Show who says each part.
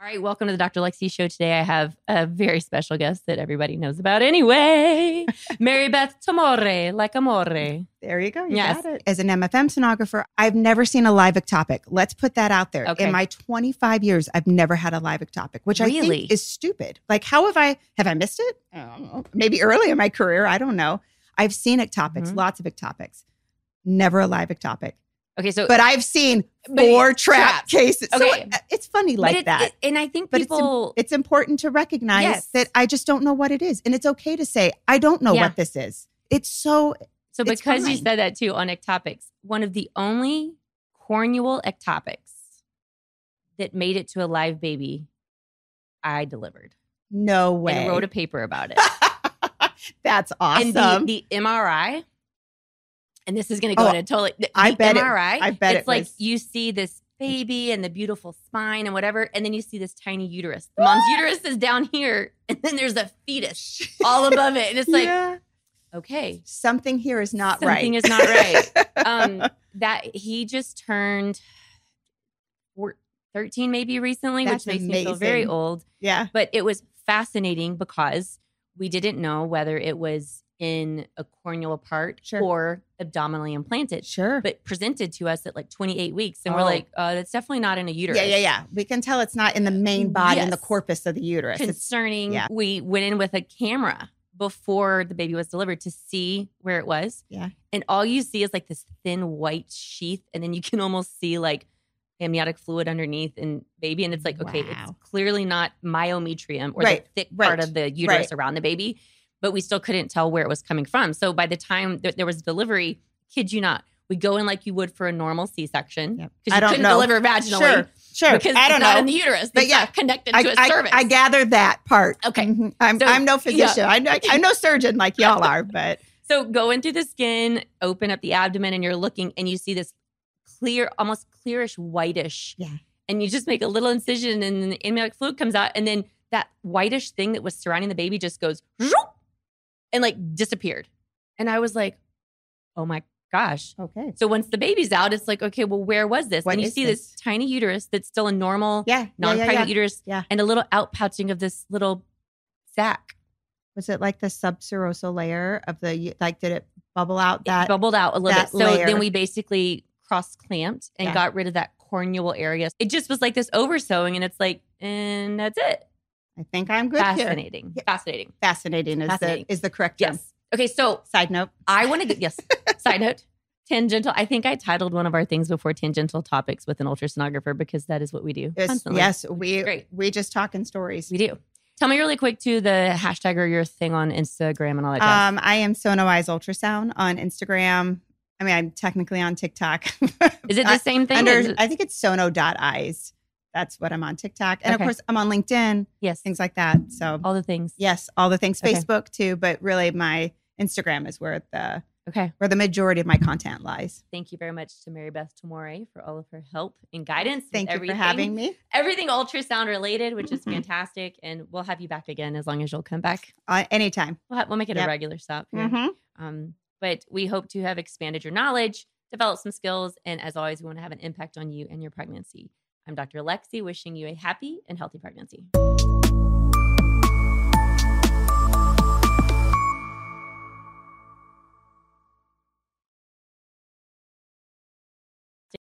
Speaker 1: right, welcome to the Dr. Lexi show. Today I have a very special guest that everybody knows about anyway. Mary Beth Tomore, like amore.
Speaker 2: There you go. You
Speaker 1: Yes.
Speaker 2: got it. As an MFM sonographer, I've never seen a live ectopic. Let's put that out there.
Speaker 1: Okay.
Speaker 2: In my 25 years, I've never had a live ectopic, which I
Speaker 1: Really?
Speaker 2: think is stupid. Like, how have I have I missed it? I don't know. Maybe early in my career, I don't know. I've seen ectopics,
Speaker 1: Mhm.
Speaker 2: lots of ectopics, never a live ectopic,
Speaker 1: Okay, so
Speaker 2: but I've seen
Speaker 1: But
Speaker 2: four
Speaker 1: it's
Speaker 2: trap
Speaker 1: trapped.
Speaker 2: cases. So
Speaker 1: Okay.
Speaker 2: it- it's funny
Speaker 1: but
Speaker 2: like
Speaker 1: it-
Speaker 2: that.
Speaker 1: it- and I think
Speaker 2: But it's im-
Speaker 1: people
Speaker 2: it's important to recognize
Speaker 1: Yes.
Speaker 2: that I just don't know what it is, and it's okay to say I don't know
Speaker 1: Yeah.
Speaker 2: what this is. It's so
Speaker 1: So
Speaker 2: It's
Speaker 1: because you
Speaker 2: fine.
Speaker 1: said that too on ectopics, one of the only corneal ectopics that made it to a live baby, I delivered
Speaker 2: no way.
Speaker 1: and wrote a paper about it.
Speaker 2: That's awesome.
Speaker 1: And the, the MRI, and this is going to go
Speaker 2: Oh,
Speaker 1: in a totally. The,
Speaker 2: I
Speaker 1: the
Speaker 2: bet it-
Speaker 1: MRI.
Speaker 2: I bet
Speaker 1: it's
Speaker 2: it
Speaker 1: like
Speaker 2: was-
Speaker 1: you see this baby and the beautiful spine and whatever, and then you see this tiny uterus. The mom's uterus is down here, and then there's a fetus all above it, and it's like
Speaker 2: Yeah.
Speaker 1: okay,
Speaker 2: something here is not
Speaker 1: something is
Speaker 2: right.
Speaker 1: not right. um, that he just turned four- 13 maybe recently,
Speaker 2: That's
Speaker 1: which makes me feel very
Speaker 2: amazing.
Speaker 1: old.
Speaker 2: yeah.
Speaker 1: But it was fascinating because we didn't know whether it was in a corneal part
Speaker 2: Sure.
Speaker 1: or abdominally implanted,
Speaker 2: Sure.
Speaker 1: but presented to us at like 28 weeks. And we're
Speaker 2: Oh.
Speaker 1: like, uh, that's definitely not in a uterus.
Speaker 2: yeah, yeah, yeah. We can tell it's not in the main body in the
Speaker 1: Mm, Yes.
Speaker 2: corpus of the uterus. It's
Speaker 1: Concerning,
Speaker 2: yeah.
Speaker 1: we went in with a camera before the baby was delivered to see where it was.
Speaker 2: Yeah.
Speaker 1: And all you see is like this thin white sheath, and then you can almost see like amniotic fluid underneath and baby. And it's like, okay, it's
Speaker 2: Wow.
Speaker 1: clearly not myometrium or
Speaker 2: Right,
Speaker 1: the thick
Speaker 2: right,
Speaker 1: part of the uterus
Speaker 2: right.
Speaker 1: around the baby, but we still couldn't tell where it was coming from. So by the time that there was delivery, kid you not, we go in like you would for a normal C section
Speaker 2: Yep.
Speaker 1: because
Speaker 2: I
Speaker 1: you
Speaker 2: don't
Speaker 1: couldn't
Speaker 2: know.
Speaker 1: deliver vaginally
Speaker 2: sure, sure.
Speaker 1: because
Speaker 2: I don't
Speaker 1: it's not
Speaker 2: know.
Speaker 1: in the uterus.
Speaker 2: But
Speaker 1: But
Speaker 2: yeah,
Speaker 1: yeah, connected
Speaker 2: I,
Speaker 1: to a
Speaker 2: I,
Speaker 1: cervix.
Speaker 2: I gathered that part.
Speaker 1: Okay.
Speaker 2: Mhm. I'm,
Speaker 1: So-
Speaker 2: I'm no physician.
Speaker 1: yeah.
Speaker 2: I, know, I'm no surgeon like y'all are, but
Speaker 1: So go in through the skin, open up the abdomen, and you're looking, and you see this clear, almost clearish, whitish.
Speaker 2: Yeah.
Speaker 1: And you just make a little incision, and then the amniotic fluid comes out, and then that whitish thing that was surrounding the baby just goes zoop, and like disappeared. And I was like, oh my gosh.
Speaker 2: okay.
Speaker 1: So once the baby's out, it's like, okay, well, where was this?
Speaker 2: What
Speaker 1: and you
Speaker 2: is
Speaker 1: see
Speaker 2: this?
Speaker 1: this? tiny uterus that's still a normal,
Speaker 2: Yeah. yeah,
Speaker 1: non
Speaker 2: yeah,
Speaker 1: private
Speaker 2: yeah.
Speaker 1: uterus,
Speaker 2: Yeah.
Speaker 1: and a little outpouching of this little sac.
Speaker 2: Was it like the subserosal layer of the, like, did it bubble out
Speaker 1: it
Speaker 2: that?
Speaker 1: bubbled out a little
Speaker 2: that
Speaker 1: bit. So then
Speaker 2: layer.
Speaker 1: we basically cross clamped and
Speaker 2: Yeah.
Speaker 1: got rid of that corneal area. It just was like this over sewing, and it's like, and that's it.
Speaker 2: I think I'm good here.
Speaker 1: Fascinating.
Speaker 2: Yeah.
Speaker 1: Fascinating.
Speaker 2: Fascinating is,
Speaker 1: Fascinating.
Speaker 2: The, is the correct term.
Speaker 1: Yes. Okay. So
Speaker 2: Side note.
Speaker 1: I want to get, yes, side note. Tangential. I think I titled one of our things before tangential topics with an ultrasonographer because that is what we do
Speaker 2: Yes,
Speaker 1: constantly.
Speaker 2: yes, we
Speaker 1: great.
Speaker 2: we just talking stories.
Speaker 1: we do. Tell me really quick too the hashtag or your thing on Instagram and all that. jazz.
Speaker 2: Um, I am Sonoise Ultrasound on Instagram. I mean, I'm technically on TikTok.
Speaker 1: is it the
Speaker 2: I-
Speaker 1: same thing? Is
Speaker 2: Under,
Speaker 1: it-
Speaker 2: I think it's sono.eyes. That's what I'm on TikTok. And
Speaker 1: Okay.
Speaker 2: of course, I'm on LinkedIn,
Speaker 1: yes,
Speaker 2: things like that. So,
Speaker 1: all the things.
Speaker 2: yes, all the things,
Speaker 1: Okay.
Speaker 2: Facebook too, but really my Instagram is where the
Speaker 1: Okay.
Speaker 2: where the majority of my content lies.
Speaker 1: Thank you very much to Mary Beth Tomore for all of her help and guidance. with
Speaker 2: Thank you for
Speaker 1: everything-
Speaker 2: having me.
Speaker 1: everything ultrasound related, which is
Speaker 2: Mhm.
Speaker 1: fantastic. And we'll have you back again as long as you'll come back.
Speaker 2: Uh, anytime.
Speaker 1: We'll, ha- we'll make it a
Speaker 2: Yep.
Speaker 1: regular stop. Here.
Speaker 2: Mhm.
Speaker 1: Um, but we hope to have expanded your knowledge, developed some skills, and as always, we want to have an impact on you and your pregnancy. I'm Dr. Alexi, wishing you a happy and healthy pregnancy.